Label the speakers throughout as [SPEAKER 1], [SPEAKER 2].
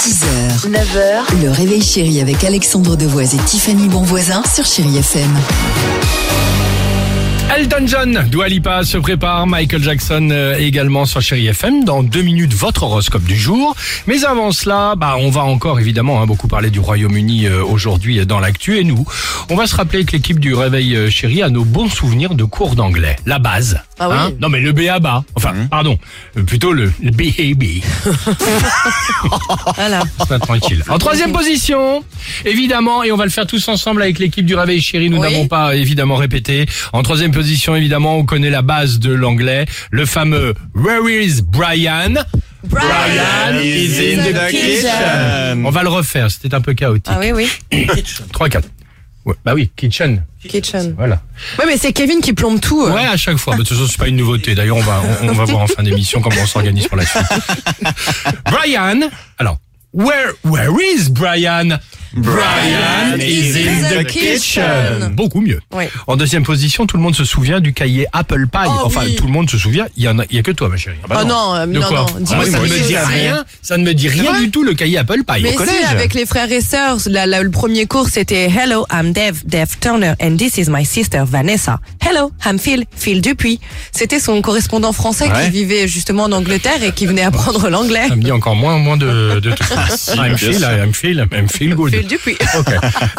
[SPEAKER 1] 6h, 9h, le réveil chéri avec Alexandre Devoise et Tiffany Bonvoisin sur Chéri FM.
[SPEAKER 2] Elton John, Dua Lipa se prépare, Michael Jackson euh, également sur Chéri FM. Dans deux minutes, votre horoscope du jour. Mais avant cela, bah, on va encore évidemment hein, beaucoup parler du Royaume-Uni euh, aujourd'hui euh, dans l'actu. Et nous, on va se rappeler avec l'équipe du Réveil euh, Chéri à nos bons souvenirs de cours d'anglais. La base. hein.
[SPEAKER 3] Ah oui. Mmh.
[SPEAKER 2] Non mais le B à bas. Enfin, pardon. euh, Plutôt le, le BAB.
[SPEAKER 3] Voilà.
[SPEAKER 2] Sois tranquille. En troisième position, évidemment, et on va le faire tous ensemble avec l'équipe du Réveil Chéri, nous
[SPEAKER 3] Oui.
[SPEAKER 2] n'avons pas euh, évidemment répété. En troisième position, évidemment, on connaît la base de l'anglais, le fameux Where is Brian Brian is in the kitchen. On va le refaire, c'était un peu chaotique.
[SPEAKER 3] Ah oui, oui.
[SPEAKER 2] 3, 4. Ouais, bah oui, kitchen,
[SPEAKER 3] Kitchen.
[SPEAKER 2] voilà.
[SPEAKER 3] Ouais, mais c'est Kevin qui plombe tout. euh.
[SPEAKER 2] Ouais, à chaque fois. Bah, De toute façon, c'est pas une nouveauté. D'ailleurs, on va, on, on va voir en fin d'émission comment on s'organise pour la suite. Brian. Alors, where, where is Brian? Brian
[SPEAKER 3] is in the kitchen.
[SPEAKER 2] Beaucoup mieux.
[SPEAKER 3] Ouais.
[SPEAKER 2] En deuxième position, tout le monde se souvient du cahier Apple Pie.
[SPEAKER 3] Oh
[SPEAKER 2] enfin,
[SPEAKER 3] oui.
[SPEAKER 2] tout le monde se souvient. Il y en a, il y a que toi, ma chérie.
[SPEAKER 3] Oh non, euh,
[SPEAKER 2] De
[SPEAKER 3] non,
[SPEAKER 2] quoi
[SPEAKER 3] non.
[SPEAKER 2] Ah
[SPEAKER 3] Dis-moi
[SPEAKER 2] oui,
[SPEAKER 3] ça
[SPEAKER 2] ça
[SPEAKER 3] me
[SPEAKER 2] ne me dit rien. Ça ne me dit rien du tout, le cahier Apple Pie.
[SPEAKER 3] Mais
[SPEAKER 2] au
[SPEAKER 3] c'est
[SPEAKER 2] collège.
[SPEAKER 3] avec les frères et sœurs. La- la- le premier cours, c'était Hello, I'm Dev, Dev Turner, and this is my sister Vanessa. Hello, I'm Phil, Phil Dupuis. C'était son correspondant français qui
[SPEAKER 4] Ouais.
[SPEAKER 3] vivait justement en Angleterre et qui venait apprendre l'anglais.
[SPEAKER 2] Ça me dit encore moins, moins de, de trucs. I'm
[SPEAKER 4] bien
[SPEAKER 2] feel,
[SPEAKER 4] sûr.
[SPEAKER 2] I'm feel, I'm feel good.
[SPEAKER 3] Phil Dupuis.
[SPEAKER 2] Ok.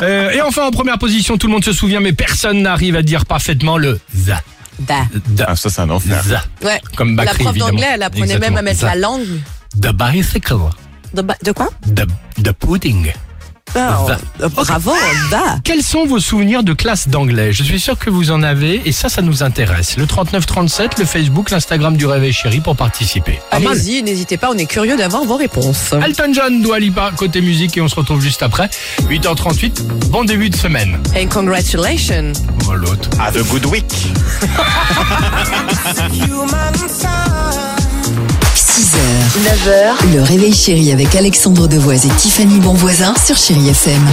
[SPEAKER 2] Euh, et enfin, en première position, tout le monde se souvient, mais personne n'arrive à dire parfaitement le za.
[SPEAKER 3] Da.
[SPEAKER 2] Da.
[SPEAKER 4] Ah, ça, c'est un enfer.
[SPEAKER 2] za.
[SPEAKER 3] Ouais.
[SPEAKER 2] Comme
[SPEAKER 3] la
[SPEAKER 2] Bakri,
[SPEAKER 3] prof d'anglais,
[SPEAKER 2] évidemment.
[SPEAKER 3] elle apprenait même à mettre
[SPEAKER 2] Exactement.
[SPEAKER 3] la langue.
[SPEAKER 2] The bicycle.
[SPEAKER 3] De, ba- de quoi
[SPEAKER 2] The, the pudding.
[SPEAKER 3] Ah,
[SPEAKER 2] Da.
[SPEAKER 3] euh, Bravo, bah. da.
[SPEAKER 2] Quels sont vos souvenirs de classe d'anglais Je suis sûr que vous en avez et ça, ça nous intéresse. Le 3937, le Facebook, l'Instagram du Réveil Chéri pour participer. Pas mal.
[SPEAKER 3] Allez-y, n'hésitez pas, on est curieux d'avoir vos réponses.
[SPEAKER 2] Elton John, Dua Lipa, côté musique et on se retrouve juste après. 8h38, bon début de semaine.
[SPEAKER 3] And congratulations.
[SPEAKER 2] Oh, l'autre.
[SPEAKER 4] Ah, de Good Week.
[SPEAKER 1] 6h, 9h, le réveil chéri avec Alexandre Devoise et Tiffany Bonvoisin sur Chéri FM.